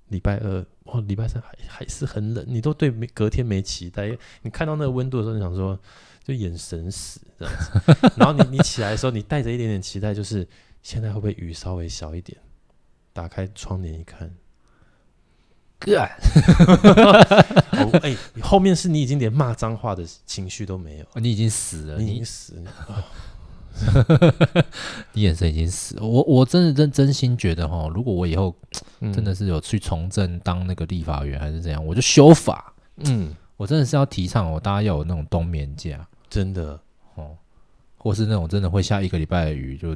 Speaker 2: 礼拜二哦，礼拜三还还是很冷，你都对没隔天没期待，你看到那个温度的时候，你想说就眼神死这样子，然后你你 起来的时候，你带着一点点期待，就是现在会不会雨稍微小一点？打开窗帘一看，
Speaker 1: 干
Speaker 2: 哦， 哎、后面是你已经连骂脏话的情绪都没有，
Speaker 1: 哦你已经死了，呃
Speaker 2: 你已
Speaker 1: 你
Speaker 2: 经死了。
Speaker 1: 你眼神已经死了，我我真的真真心觉得哈，如果我以后
Speaker 2: 嗯
Speaker 1: 真的，是有去从政当那个立法员还是怎样，我就修法。
Speaker 2: 嗯，
Speaker 1: 我真的是要提倡哦，大家要有那种冬眠假
Speaker 2: 真的，
Speaker 1: 哦。或是那种真的会下一个礼拜的雨，就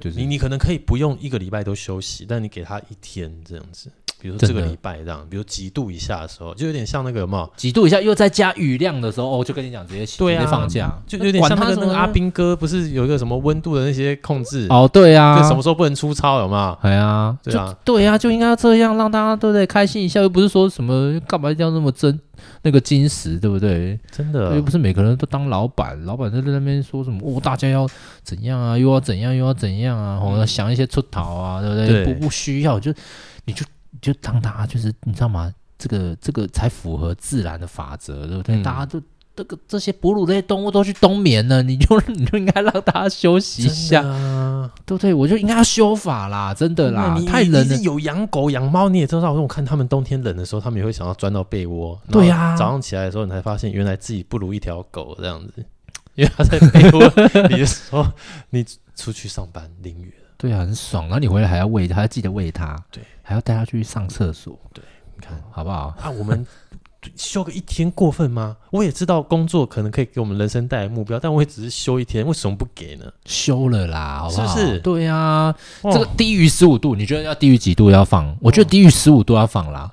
Speaker 1: 就是
Speaker 2: 你你可能可以不用一个礼拜都休息，但你给他一天这样子，比如说这
Speaker 1: 真的
Speaker 2: 个礼拜这样，比如几度以下的时候，就有点像那个嘛，
Speaker 1: 几度以下，又再加雨量的时候，哦，就跟你讲直接
Speaker 2: 对啊
Speaker 1: 直接放假，
Speaker 2: 就有点像那
Speaker 1: 管他
Speaker 2: 个那
Speaker 1: 什
Speaker 2: 个
Speaker 1: 么啊
Speaker 2: 阿兵哥，不是有一个什么温度的那些控制，
Speaker 1: 哦，对啊，
Speaker 2: 就什么时候不能出操，有吗？
Speaker 1: 哎呀，
Speaker 2: 对啊
Speaker 1: 就对呀、就应该要这样，让大家对不对开心一下，又不是说什么干嘛一定要那么真那个金石，对不对？
Speaker 2: 真
Speaker 1: 又
Speaker 2: 的
Speaker 1: 不，是每个人都当老板，老板在那边说什么哦，大家要怎样啊，又要怎样，又要怎样啊，我、
Speaker 2: 嗯
Speaker 1: 要想一些出逃啊，对不对？
Speaker 2: 对
Speaker 1: 不不需要，就你就你就当他就是你知道吗？这个这个才符合自然的法则，对不对？
Speaker 2: 嗯
Speaker 1: 大家都这个这些哺乳类动物都去冬眠了，你就 你就应该让大家休息一下
Speaker 2: 真，的啊
Speaker 1: 对不对？我就应该要修法啦，真的啦
Speaker 2: 那你，
Speaker 1: 太
Speaker 2: 你
Speaker 1: 冷
Speaker 2: 你
Speaker 1: 了
Speaker 2: 是。有养狗养猫，你也知道，我看他们冬天冷的时候，他们也会想要钻到被窝。然后
Speaker 1: 对啊
Speaker 2: 早上起来的时候，你才发现原来自己不如一条狗这样子， 因为它在被 窝里的时候，你出去上班淋雨了，
Speaker 1: 对啊，很爽。然后你回来还要喂，还要记得喂它，
Speaker 2: 对，
Speaker 1: 还要带它去上厕所，
Speaker 2: 你看
Speaker 1: 好不好？
Speaker 2: 啊，我们休个一天过分吗？我也知道工作可能可以给我们人生带来目标，但我也只是休一天，为什么不给呢？
Speaker 1: 休了啦，好不好？
Speaker 2: 是不是
Speaker 1: 对啊，
Speaker 2: 哦
Speaker 1: 这个低于十五度，你觉得要低于几度要放？我觉得低于十五度要放 啦，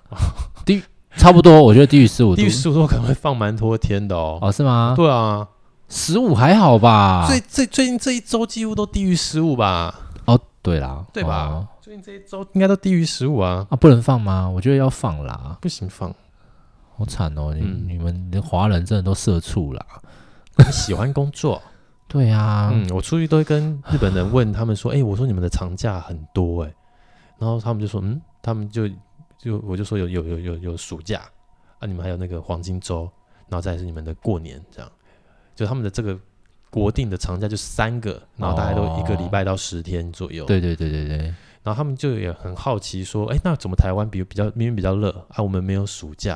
Speaker 1: 低差不多，我觉得低于十五度
Speaker 2: 低于。十五度可能会放蛮多天的哦。啊
Speaker 1: 哦，是吗？
Speaker 2: 对啊，
Speaker 1: 十五还好吧？
Speaker 2: 最最最近这一周几乎都低于十五吧？
Speaker 1: 哦，对啦，
Speaker 2: 对吧？
Speaker 1: 哦
Speaker 2: 最近这一周应该都低于十五啊，
Speaker 1: 啊，不能放吗？我觉得要放啦，
Speaker 2: 不行放。
Speaker 1: 好惨哦！你
Speaker 2: 嗯
Speaker 1: 你们的华人真的都社畜啦。
Speaker 2: 你喜欢工作，
Speaker 1: 对啊，
Speaker 2: 嗯，我出去都会跟日本人问他们说，哎、我说你们的长假很多哎、然后他们就说，嗯，他们就就我就说有有有有有暑假啊，你们还有那个黄金周，然后再来是你们的过年这样，就他们的这个国定的长假就三个，然后大概都一个礼拜到十天左右，
Speaker 1: 哦对对对对对，
Speaker 2: 然后他们就也很好奇说，哎，那怎么台湾比比较明明比较热啊，我们没有暑假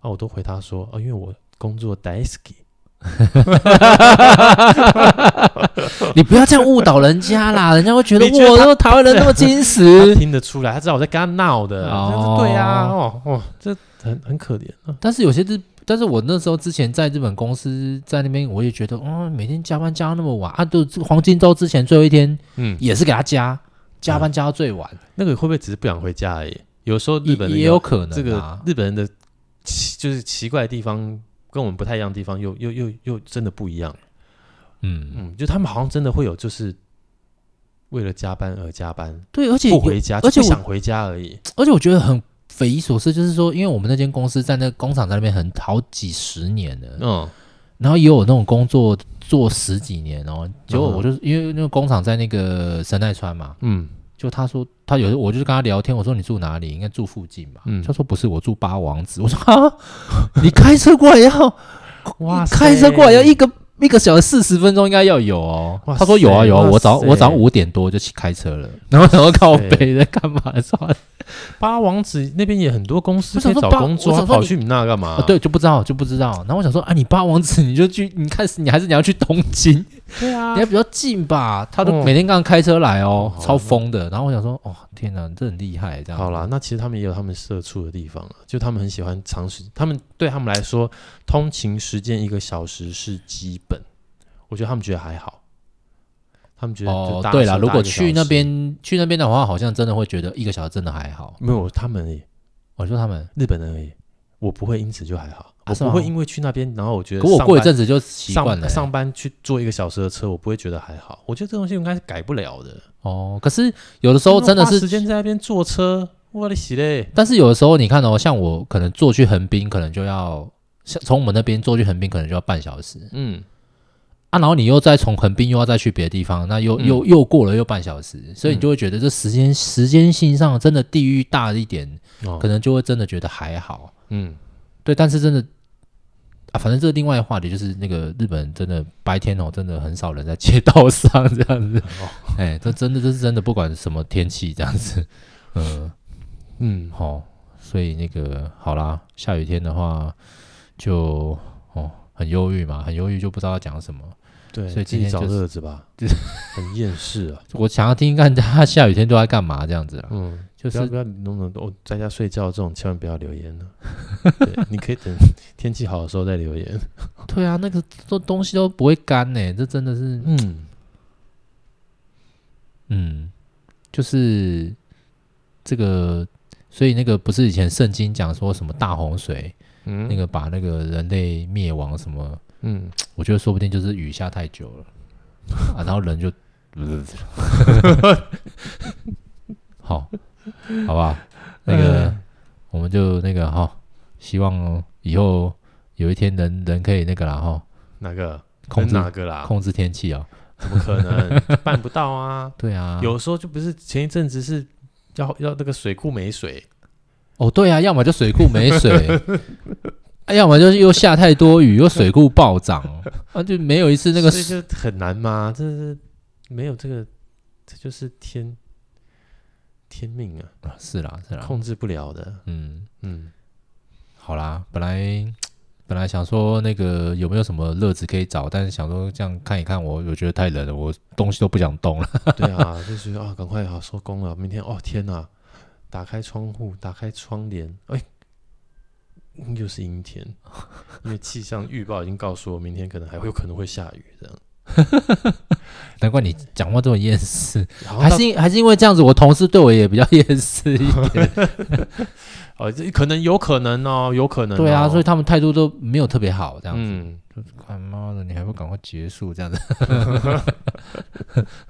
Speaker 2: 啊？我都回答说，啊，因为我工作 d a i s k
Speaker 1: 你不要这样误导人家啦，人家会觉得
Speaker 2: 你觉得
Speaker 1: 哇，
Speaker 2: 他
Speaker 1: 那台湾人那么矜持
Speaker 2: 他。听得出来，他知道我在跟他闹的。
Speaker 1: 哦
Speaker 2: 哦，对啊，哦哦，这很很可怜啊。
Speaker 1: 但是有些日，但是我那时候之前在日本公司在那边，我也觉得，哦，每天加班加到那么晚啊，就黄金周之前最后一天
Speaker 2: 嗯，
Speaker 1: 也是给他加加班加到最晚，
Speaker 2: 那个会不会只是不想回家而已？有时候嗯日
Speaker 1: 也
Speaker 2: 本人
Speaker 1: 也有可能、啊、
Speaker 2: 这个日本人的奇就是奇怪的地方，跟我们不太一样的地方，又又又又真的不一样。
Speaker 1: 嗯，
Speaker 2: 嗯，就他们好像真的会有就是为了加班而加班，
Speaker 1: 对，而且
Speaker 2: 不回家，
Speaker 1: 而且
Speaker 2: 就不
Speaker 1: 我
Speaker 2: 想回家而已。
Speaker 1: 而且我觉得很匪夷所思，就是说，因为我们那间公司在那个工厂在那边很好几十年了，
Speaker 2: 嗯，
Speaker 1: 然后也有那种工作做十几年哦，结果
Speaker 2: 嗯哼
Speaker 1: 我就是因为那个工厂在那个神奈川嘛，
Speaker 2: 嗯，
Speaker 1: 就他说他有时候我就是跟他聊天，我说你住哪里？应该住附近吧？
Speaker 2: 嗯
Speaker 1: 他说不是，我住八王子。我 说啊，你开车过来要
Speaker 2: 哇
Speaker 1: 你
Speaker 2: 塞
Speaker 1: 开车过来要一个一个小时四十分钟，应该要有哦
Speaker 2: 哇。塞
Speaker 1: 他说有啊有啊，
Speaker 2: 哇
Speaker 1: 我早
Speaker 2: 塞
Speaker 1: 我早上五点多就去开车了， 然后然后靠北在干嘛？操！
Speaker 2: 八王子那边也很多公司
Speaker 1: 我
Speaker 2: 可
Speaker 1: 想
Speaker 2: 以
Speaker 1: 说
Speaker 2: 找
Speaker 1: 八
Speaker 2: 工
Speaker 1: 我
Speaker 2: 作，
Speaker 1: 想
Speaker 2: 他
Speaker 1: 说
Speaker 2: 跑
Speaker 1: 你
Speaker 2: 去你那干嘛
Speaker 1: 啊？对，就不知道就不知道。然后我想说啊，你八王子你就去， 你看是你还是你要去东京，
Speaker 2: 对 啊
Speaker 1: 你还比较近吧？他
Speaker 2: 哦
Speaker 1: 都每天刚开车来哦
Speaker 2: 哦，
Speaker 1: 超疯的。然后我想说，哦天哪，这很厉害这样。
Speaker 2: 好啦，那其实他们也有他们社畜的地方啊，就他们很喜欢长时，他们对他们来说，通勤时间一个小时是基本，我觉得他们觉得还好，他们觉得就
Speaker 1: 哦
Speaker 2: 搭，
Speaker 1: 对
Speaker 2: 车
Speaker 1: 啦，
Speaker 2: 搭
Speaker 1: 如
Speaker 2: 一
Speaker 1: 果
Speaker 2: 个小
Speaker 1: 去那
Speaker 2: 时
Speaker 1: 边去那边的话，好像真的会觉得一个小时真的还好。
Speaker 2: 没有他们而已，
Speaker 1: 我说他们，
Speaker 2: 日本人而已，我不会因此就还好，
Speaker 1: 啊
Speaker 2: 我
Speaker 1: 是
Speaker 2: 不
Speaker 1: 吗
Speaker 2: 会因为去那边，然后我觉得
Speaker 1: 可我
Speaker 2: 上
Speaker 1: 过一
Speaker 2: 班
Speaker 1: 阵子就习惯了
Speaker 2: 上
Speaker 1: 欸、
Speaker 2: 上班去坐一个小时的车，我不会觉得还好，我觉得这东西应该是改不了的。
Speaker 1: 哦。可是有的时候真的
Speaker 2: 花时
Speaker 1: 是，
Speaker 2: 间在那边坐车，我的洗嘞，
Speaker 1: 但是有的时候你看哦，像我可能坐去横滨，可能就要像从我们那边坐去横滨，可能就要半小时
Speaker 2: 嗯，
Speaker 1: 啊。然后你又再从横滨又要再去别的地方，那又、
Speaker 2: 嗯
Speaker 1: 又又过了又半小时，所以你
Speaker 2: 嗯
Speaker 1: 就会觉得这时间、时间性上真的地域大一点，
Speaker 2: 哦
Speaker 1: 可能就会真的觉得还好。
Speaker 2: 嗯，
Speaker 1: 对，但是真的啊，反正这是另外的话题，就是那个日本人真的白天哦，真的很少人在街道上 这样子。
Speaker 2: 哦
Speaker 1: 哎，这真的这是真的，不管什么天气这样子，嗯，
Speaker 2: 嗯，
Speaker 1: 好、所以那个好啦，下雨天的话就哦很忧郁嘛，很忧郁就不知道要讲什么。
Speaker 2: 对，
Speaker 1: 所以
Speaker 2: 自
Speaker 1: 今
Speaker 2: 己
Speaker 1: 天
Speaker 2: 找
Speaker 1: 就是
Speaker 2: 乐子吧，很厌世啊。
Speaker 1: 我想要听看大家下雨天都在干嘛这样子啦，
Speaker 2: 嗯，
Speaker 1: 就
Speaker 2: 不要
Speaker 1: 是
Speaker 2: 不要弄弄我在家睡觉这种，千万不要留言 了。对，你可以等天气好的时候再留言。
Speaker 1: 对啊，那个都东西都不会干呢、这真的是
Speaker 2: 嗯，
Speaker 1: 嗯，就是这个，所以那个不是以前圣经讲说什么大洪水，
Speaker 2: 嗯
Speaker 1: 那个把那个人类灭亡什么，
Speaker 2: 嗯，
Speaker 1: 我觉得说不定就是雨下太久 了，啊，然后人就， 好，好吧，那个
Speaker 2: 哎
Speaker 1: 我们就那个哈，希望以后有一天人人可以那个啦哈，
Speaker 2: 哪个
Speaker 1: 控制
Speaker 2: 哪个啦？
Speaker 1: 控制天气啊，
Speaker 2: 怎么可能办不到啊？
Speaker 1: 对 啊，
Speaker 2: 有时候就不是前一阵子是要要那个水库没水，
Speaker 1: 哦，对啊，要么就水库没水， 啊要么就是又下太多雨，又水库暴涨，啊，就没有一次那个
Speaker 2: 所以就很难嘛。这是没有这个，这就是天天命啊，
Speaker 1: 啊是啦是啦，
Speaker 2: 控制不了的。
Speaker 1: 嗯，
Speaker 2: 嗯，
Speaker 1: 好啦，本来本来想说那个有没有什么乐子可以找，但是想说这样看一看我，我觉得太冷了，我东西都不想动了。
Speaker 2: 对啊，就觉得啊，赶快好收工了，明天哦，天哪！打开窗户，打开窗帘，哎，又是阴天， 因为气象预报已经告诉我，明天可能还会有可能会下雨，这样。
Speaker 1: 难怪你讲话这么厌世，
Speaker 2: 然后
Speaker 1: 还
Speaker 2: 到
Speaker 1: 是因还是因为这样子，我同事对我也比较厌世一 点。
Speaker 2: 哦，这可能有可能哦，有可能、哦。
Speaker 1: 对啊，所以他们态度都没有特别好，这样子。
Speaker 2: 嗯，
Speaker 1: 快妈的，你还不赶快结束这样子？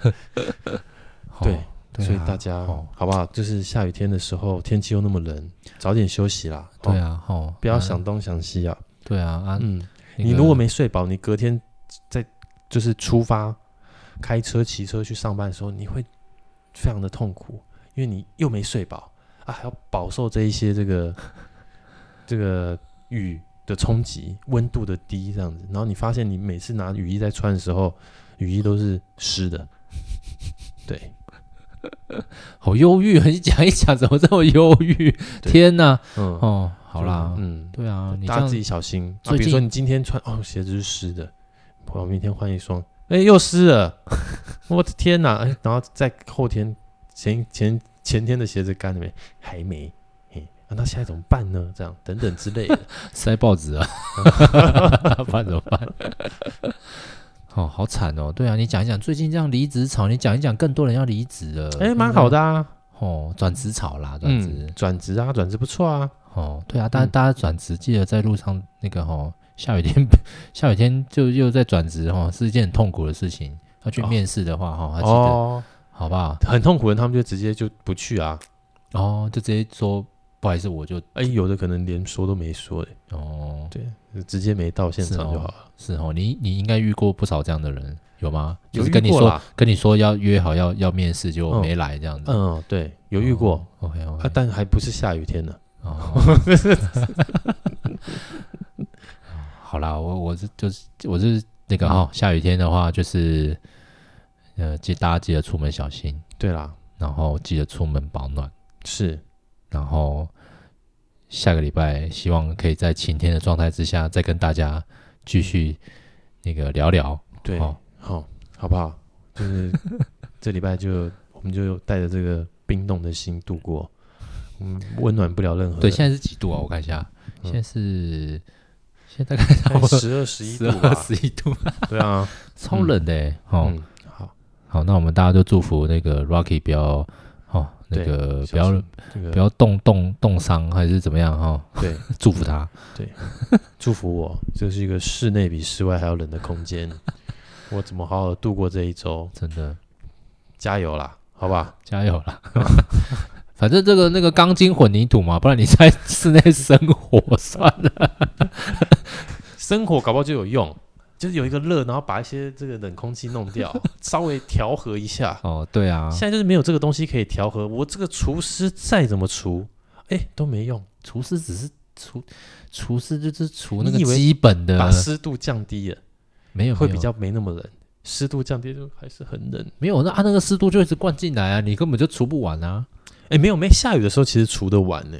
Speaker 2: 对
Speaker 1: 哦，对啊，
Speaker 2: 所以大家、
Speaker 1: 哦
Speaker 2: 好不好？就是下雨天的时候，天气又那么冷，早点休息啦。哦
Speaker 1: 对啊，哦，
Speaker 2: 不要
Speaker 1: 啊
Speaker 2: 想东想西啊。
Speaker 1: 对啊啊，
Speaker 2: 嗯，
Speaker 1: 那
Speaker 2: 你
Speaker 1: 个
Speaker 2: 如果没睡饱，你隔天在就是出发开车、骑车去上班的时候，你会非常的痛苦，因为你又没睡饱啊，还要饱受这一些这个这个雨的冲击、温度的低这样子，然后你发现你每次拿雨衣在穿的时候，雨衣都是湿的， 对，
Speaker 1: 好忧郁， 你讲一讲怎么这么忧郁？
Speaker 2: 对
Speaker 1: 天哪！
Speaker 2: 嗯，
Speaker 1: 哦，好啦，
Speaker 2: 嗯，
Speaker 1: 对啊，你这
Speaker 2: 大家
Speaker 1: 样
Speaker 2: 自己小心。啊、
Speaker 1: 最
Speaker 2: 比如
Speaker 1: 近
Speaker 2: 说你今天穿哦鞋子是湿的，我明天换一双，哎、又湿了，我的天哪！哎、然后在后天前前前天的鞋子干了没？还没。嘿啊、那现在怎么办呢？这样等等之类 的，
Speaker 1: 塞报纸 啊， 不然怎么办？ 哦，好惨哦！对啊，你讲一讲最近这样离职潮，你讲一讲更多人要离职了，
Speaker 2: 哎、蛮好
Speaker 1: 的
Speaker 2: 的啊，
Speaker 1: 哦，转职潮啦，转职。
Speaker 2: 嗯，转职啊，转职不错啊，
Speaker 1: 哦，对啊，大家、
Speaker 2: 嗯
Speaker 1: 大家转职记得在路上那个哦，下雨天 下雨天就又在转职哦，是一件很痛苦的事情。要去
Speaker 2: 哦
Speaker 1: 面试的话哈，啊还记得、
Speaker 2: 哦，
Speaker 1: 好不好？
Speaker 2: 很痛苦的，他们就直接就不去啊，
Speaker 1: 哦，就直接说不好意思，我就
Speaker 2: 哎、有的可能连说都没说、哎
Speaker 1: 哦，
Speaker 2: 对，就直接没到现
Speaker 1: 是
Speaker 2: 场就
Speaker 1: 哦
Speaker 2: 好了，
Speaker 1: 是哦，你你应该遇过不少这样的人，有吗？
Speaker 2: 有
Speaker 1: 就是
Speaker 2: 遇
Speaker 1: 跟你
Speaker 2: 过
Speaker 1: 说
Speaker 2: 啦
Speaker 1: 跟你说要约好要要面试，结果
Speaker 2: 嗯
Speaker 1: 没来这样子。
Speaker 2: 嗯，对，有遇过、
Speaker 1: 哦。OK
Speaker 2: 啊
Speaker 1: OK，、，
Speaker 2: 但还不是下雨天呢，
Speaker 1: 哦，好啦，我我是就是我是那
Speaker 2: 嗯
Speaker 1: 个哈、下雨天的话就是，呃，记大家记得出门小心，
Speaker 2: 对啦，
Speaker 1: 然后记得出门保暖，
Speaker 2: 是，
Speaker 1: 然后下个礼拜希望可以在晴天的状态之下再跟大家继续那个聊聊。
Speaker 2: 对，
Speaker 1: 哦
Speaker 2: 好、好不好？就是 这礼拜就我们就带着这个冰冻的心度过，嗯，温暖不了任何人。
Speaker 1: 对，现在是几度啊？
Speaker 2: 嗯
Speaker 1: 我看一下，现在是现在大概
Speaker 2: 十二十一
Speaker 1: 十
Speaker 2: 度
Speaker 1: 二
Speaker 2: 吧，
Speaker 1: 十一度，
Speaker 2: 对啊，
Speaker 1: 超冷的、欸。哦、
Speaker 2: 嗯，好，
Speaker 1: 好，那我们大家就祝福那个 Rocky 不要哦，那
Speaker 2: 对
Speaker 1: 个不
Speaker 2: 小
Speaker 1: 要
Speaker 2: 心这
Speaker 1: 不
Speaker 2: 个
Speaker 1: 要冻冻冻伤还是怎么样哈、哦，
Speaker 2: 对，
Speaker 1: 祝福他。
Speaker 2: 祝福我，这是一个室内比室外还要冷的空间， 我怎么好好地度过这一周？
Speaker 1: 真的
Speaker 2: 加油啦，好吧？
Speaker 1: 加油啦！ 反正这个那个钢筋混凝土嘛，不然你在 室内生活算了。
Speaker 2: 生活搞不好就有用。就是有一个热，然后把一些这个冷空气弄掉，稍微调和一下，
Speaker 1: 哦，对啊，
Speaker 2: 现在就是没有这个东西可以调和。我这个厨师再怎么厨，哎、都没用，
Speaker 1: 厨师只是厨厨师就是厨那个
Speaker 2: 你以为
Speaker 1: 基本的
Speaker 2: 把，湿度降低了，
Speaker 1: 呃没有
Speaker 2: 会
Speaker 1: 没有
Speaker 2: 比较没那么冷。湿度降低就还是很冷。
Speaker 1: 没有那啊那个湿度就一直灌进来啊，你根本就除不完啊。
Speaker 2: 哎、没有没下雨的时候，其实除的完呢、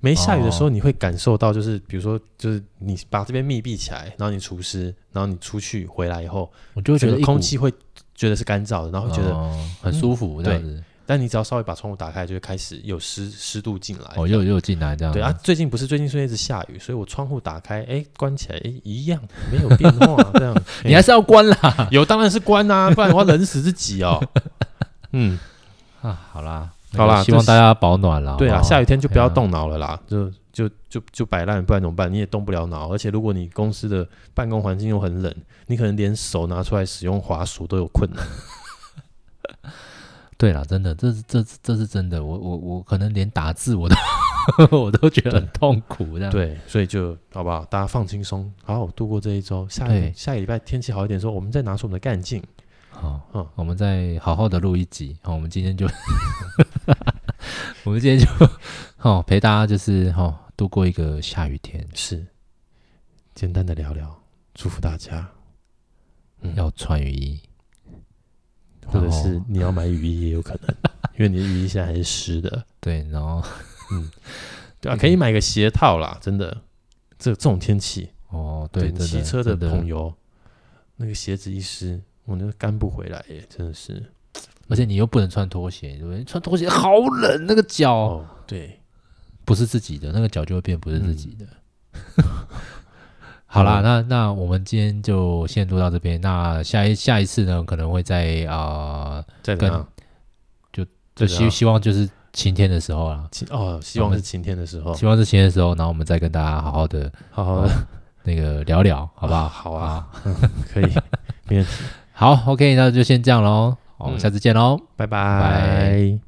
Speaker 2: 没下雨的时候，
Speaker 1: 哦
Speaker 2: 你会感受到，就是、比如说，就是你把这边密闭起来，然后你除湿，然后你出去回来以后，
Speaker 1: 我就会觉
Speaker 2: 整
Speaker 1: 得
Speaker 2: 个
Speaker 1: 一股哦
Speaker 2: 空气会觉得是干燥的，然后会觉得、嗯
Speaker 1: 哦很舒服这样子。
Speaker 2: 但你只要稍微把窗户打开，就会开始有湿湿度进来。
Speaker 1: 哦，又又进来这样，
Speaker 2: 对啊，，最近不是最近虽然一直下雨，所以我窗户打开，哎，关起来，哎，一样没有变化，这 样哎
Speaker 1: 你还是要关啦
Speaker 2: 有当然是关 啊，不然我要冷死自己 哦。嗯，
Speaker 1: 啊，好啦，那
Speaker 2: 好
Speaker 1: 个
Speaker 2: 啦
Speaker 1: 希
Speaker 2: 这
Speaker 1: 望
Speaker 2: 是
Speaker 1: 大家保暖啦，
Speaker 2: 对
Speaker 1: 啊，
Speaker 2: 啊，下
Speaker 1: 雨
Speaker 2: 雨天就不要
Speaker 1: 哎呀
Speaker 2: 动脑了啦，就就就就摆烂，不然怎么办？你也动不了脑，而且如果你公司的办公环境又很冷，你可能连手拿出来使用滑鼠都有困难。
Speaker 1: 对啦，真的，这是这是这是真的，我我我可能连打字我都 我都觉得很痛苦这样，
Speaker 2: 对，所以就好不好？大家放轻松，好好度过这一周。下
Speaker 1: 对
Speaker 2: 下个礼拜天气好一点的时候，我们再拿出我们的干劲。
Speaker 1: 好，
Speaker 2: 嗯
Speaker 1: 我们再好好的录一集。好，我们今天就， 我们今天就，好、陪大家就是好、度过一个下雨天，
Speaker 2: 是，简单的聊聊，祝福大家，嗯
Speaker 1: 要穿雨衣。
Speaker 2: 或者
Speaker 1: 然后
Speaker 2: 是你要买雨衣也有可 能，因为你的雨衣现在还是湿的。
Speaker 1: 对，然后
Speaker 2: 对
Speaker 1: 嗯
Speaker 2: 啊，可以买个鞋套啦，真的。这这种天气，
Speaker 1: 哦，对，
Speaker 2: 你
Speaker 1: 真
Speaker 2: 骑车
Speaker 1: 真的
Speaker 2: 朋友，那个鞋子一湿，我那个干不回来耶，真的是。
Speaker 1: 而且你又不能穿拖鞋，对不对？穿拖鞋好冷，那个脚、
Speaker 2: 哦，对，
Speaker 1: 不是自己的，那个脚就会变不是自己的。 好啦，
Speaker 2: 嗯
Speaker 1: 那那我们今天就先录到这边。那下一下一次呢，可能会在啊、
Speaker 2: 再怎
Speaker 1: 跟
Speaker 2: 样，
Speaker 1: 就
Speaker 2: 对啊
Speaker 1: 希希望就是晴天的时候啦。
Speaker 2: 希哦，希
Speaker 1: 我
Speaker 2: 望
Speaker 1: 们
Speaker 2: 是晴天的时候，
Speaker 1: 希望是晴天的时候，然后我们再跟大家好好的
Speaker 2: 好好的，
Speaker 1: 那个聊聊，好不好？
Speaker 2: 好啊，可 以，没问题，
Speaker 1: 好，OK，那就先这样喽，好我们
Speaker 2: 嗯
Speaker 1: 下次见喽。拜
Speaker 2: 拜拜。